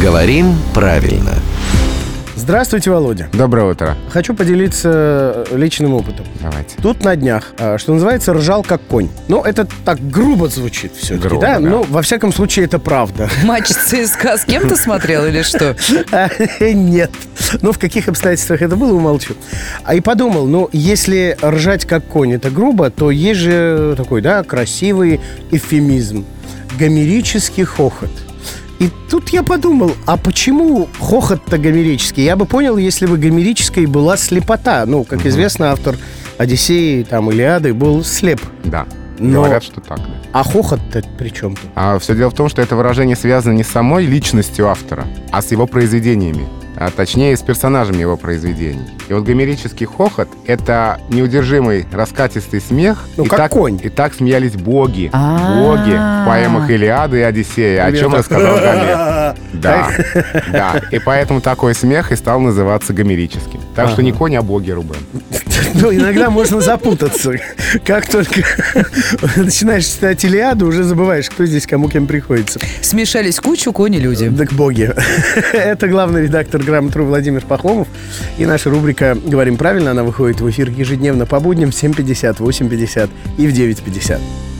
Говорим правильно. Здравствуйте, Володя. Доброе утро. Хочу поделиться э, личным опытом. Давайте. Тут на днях, а, что называется, ржал как конь. Ну, это так грубо звучит все-таки, Грубо, да? да. Ну, во всяком случае, это правда. Матч ЦСКА с кем-то смотрел или что? А, Нет. Но в каких обстоятельствах это было, умолчу. А и подумал, ну, если ржать как конь, это грубо, то есть же такой, да, красивый эвфемизм. Гомерический хохот. И тут я подумал, а почему хохот-то гомерический? Я бы понял, если бы гомерической была слепота. Ну, как известно, автор Одиссеи, там, Илиады был слеп. Да. Но- Говорят, что так, да. А хохот-то при чем тут? А все дело в том, что это выражение связано не с самой личностью автора, а с его произведениями. А точнее, с персонажами его произведений. И вот гомерический хохот — это неудержимый раскатистый смех. Ну, и как так, конь. И так смеялись боги. А. Боги в поэмах «Илиады» и «Одиссея», о чем рассказал Гомер. Да, да. И поэтому такой смех и стал называться гомерическим. Так что не конь, а боги, Рубен. Ну, иногда можно запутаться. Как только начинаешь читать Илиаду, уже забываешь, кто здесь кому кем приходится. Смешались кучу кони люди. Да к боге. Это главный редактор «Грамотру» Владимир Пахомов. И наша рубрика «Говорим правильно» она выходит в эфир ежедневно по будням в 7.50, 8.50 и в 9.50.